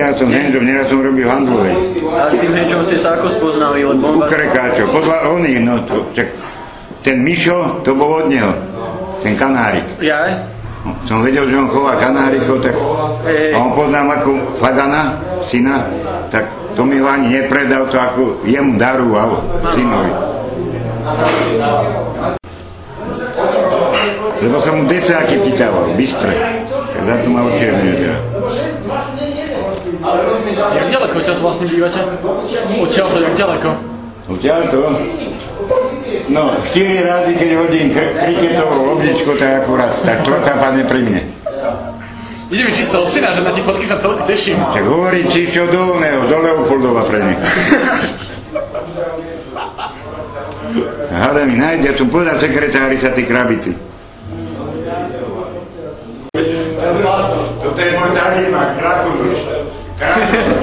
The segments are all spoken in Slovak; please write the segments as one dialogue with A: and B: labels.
A: Ja som hands-off neraz som robil handlovej.
B: A s tým hečom si sa ako spoznali, lebo
A: U
B: on vás...
A: krekáčov, podľa oných, no to, tak, ten Mišo, to bol od neho, ten kanárik.
B: Ja?
A: Som vedel, že on chová kanárikov, tak
B: Hej.
A: a on poznám ako Fagana, syna, tak to mi ho ani nepredal, to ako jemu daroval, synovi. Lebo som mu decáky pýtaval, bystre. Tak za to ma teda. očierňuje teraz.
C: Jak ďaleko odtiaľ vlastne bývate? Odtiaľ to, jak ďaleko?
A: Odtiaľ to, no, štyri razy, keď hodím kr- kriketovú lobdičku, tak akurát, tak štvrtá padne pri mne.
C: Ide mi čisto o syna, že na tie fotky sa celku teším.
A: Tak hovorí Čičo Dolného, do Leopoldova pre ne. Hada mi nájde, tu podľa sekretári sa tie krabici. Toto je môj darýma, Krakuduš. Krakuduš.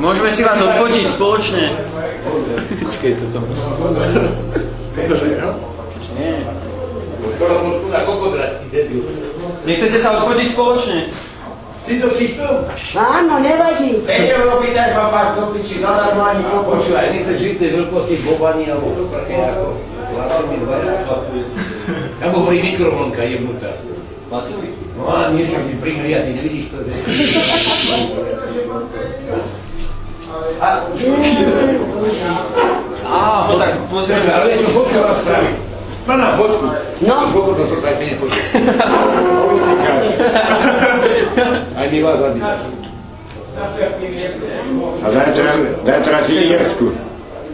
B: Môžeme si vás odfotiť spoločne. Počkej, toto Nechcete sa odfotiť spoločne?
D: Ty to si tu?
E: Áno, nevadí.
D: Teď Evropy daj papá, to piči, zadarmo ani popočúvaj. Nechce žiť tej veľkosti bobani alebo sprchy, ako Vladimír Vaják. Tam hovorí mikrovlnka jebnutá. No a niečo ti prihria, ty nevidíš to, že...
B: Á, no tak
D: Pozrieme, ale niečo fotka vás spraví. No na fotku.
E: No.
D: Koľko to som sa aj nefotil. Aj my vás zadíš.
A: A zajtra, zajtra si Jersku.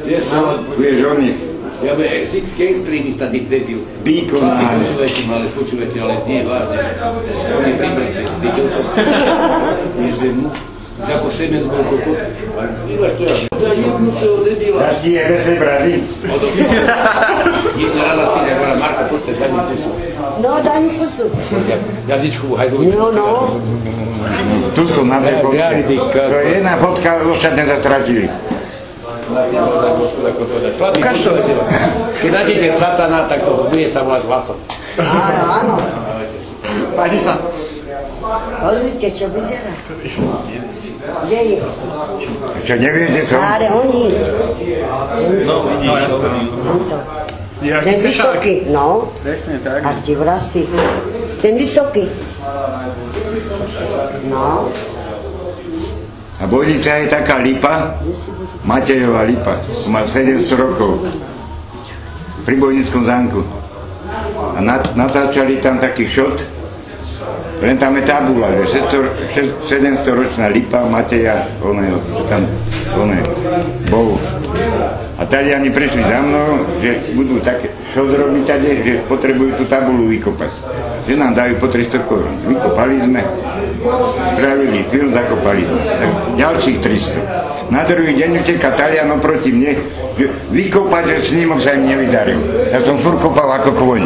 D: Kde som?
A: Budeš o nich.
D: Ja by six case príjmi tá tých debil.
A: Bíko na
D: Vážne,
A: hane.
D: Počúvajte ma, ale počúvajte, ale nie, vážne. On je príbratný, videl to? Jezdem mu. že Ako semen bol kokot. Vidíš to ja? To je jednutého debila.
A: Dáš ti jebete brady?
D: Jedna rada stýne, ako na Marko, poďte, daj mi pusu.
E: No, daj mi pusu.
D: Jazyčku, hajzovi.
E: No, no.
A: Tu sú na tej fotke.
D: Reality, ka-
A: To je jedna fotka, ostatné zatratili.
D: Ukáž to, debila. Keď nájdete satana, tak to bude sa volať hlasom.
E: Áno, áno.
C: Páni sa.
E: Pozrite, čo vyzerá. Kde je?
A: Čo nevieš, kde som?
E: Ale oni.
B: No, no jasné.
C: Jak
E: Ten vysoký, no.
B: Presne tak.
E: A ti vlasy. Ten vysoký. No.
A: A Božica je taká lipa, Matejová lipa, má 700 rokov, pri Bojnickom zámku. A nat- natáčali tam taký šot, len tam je tabula, že 600 600 700 ročná lipa Mateja, oného, čo tam, oné, bol. A Taliani prišli za mnou, že budú také šot robiť tady, že potrebujú tú tabulu vykopať. Že nám dajú po 300 korún. Vykopali sme, spravili film, zakopali sme. Tak ďalších 300. Na druhý deň uteká Taliano proti mne, že vykopať, že snímok sa im nevydaril. Ja som furt kopal ako kvoň.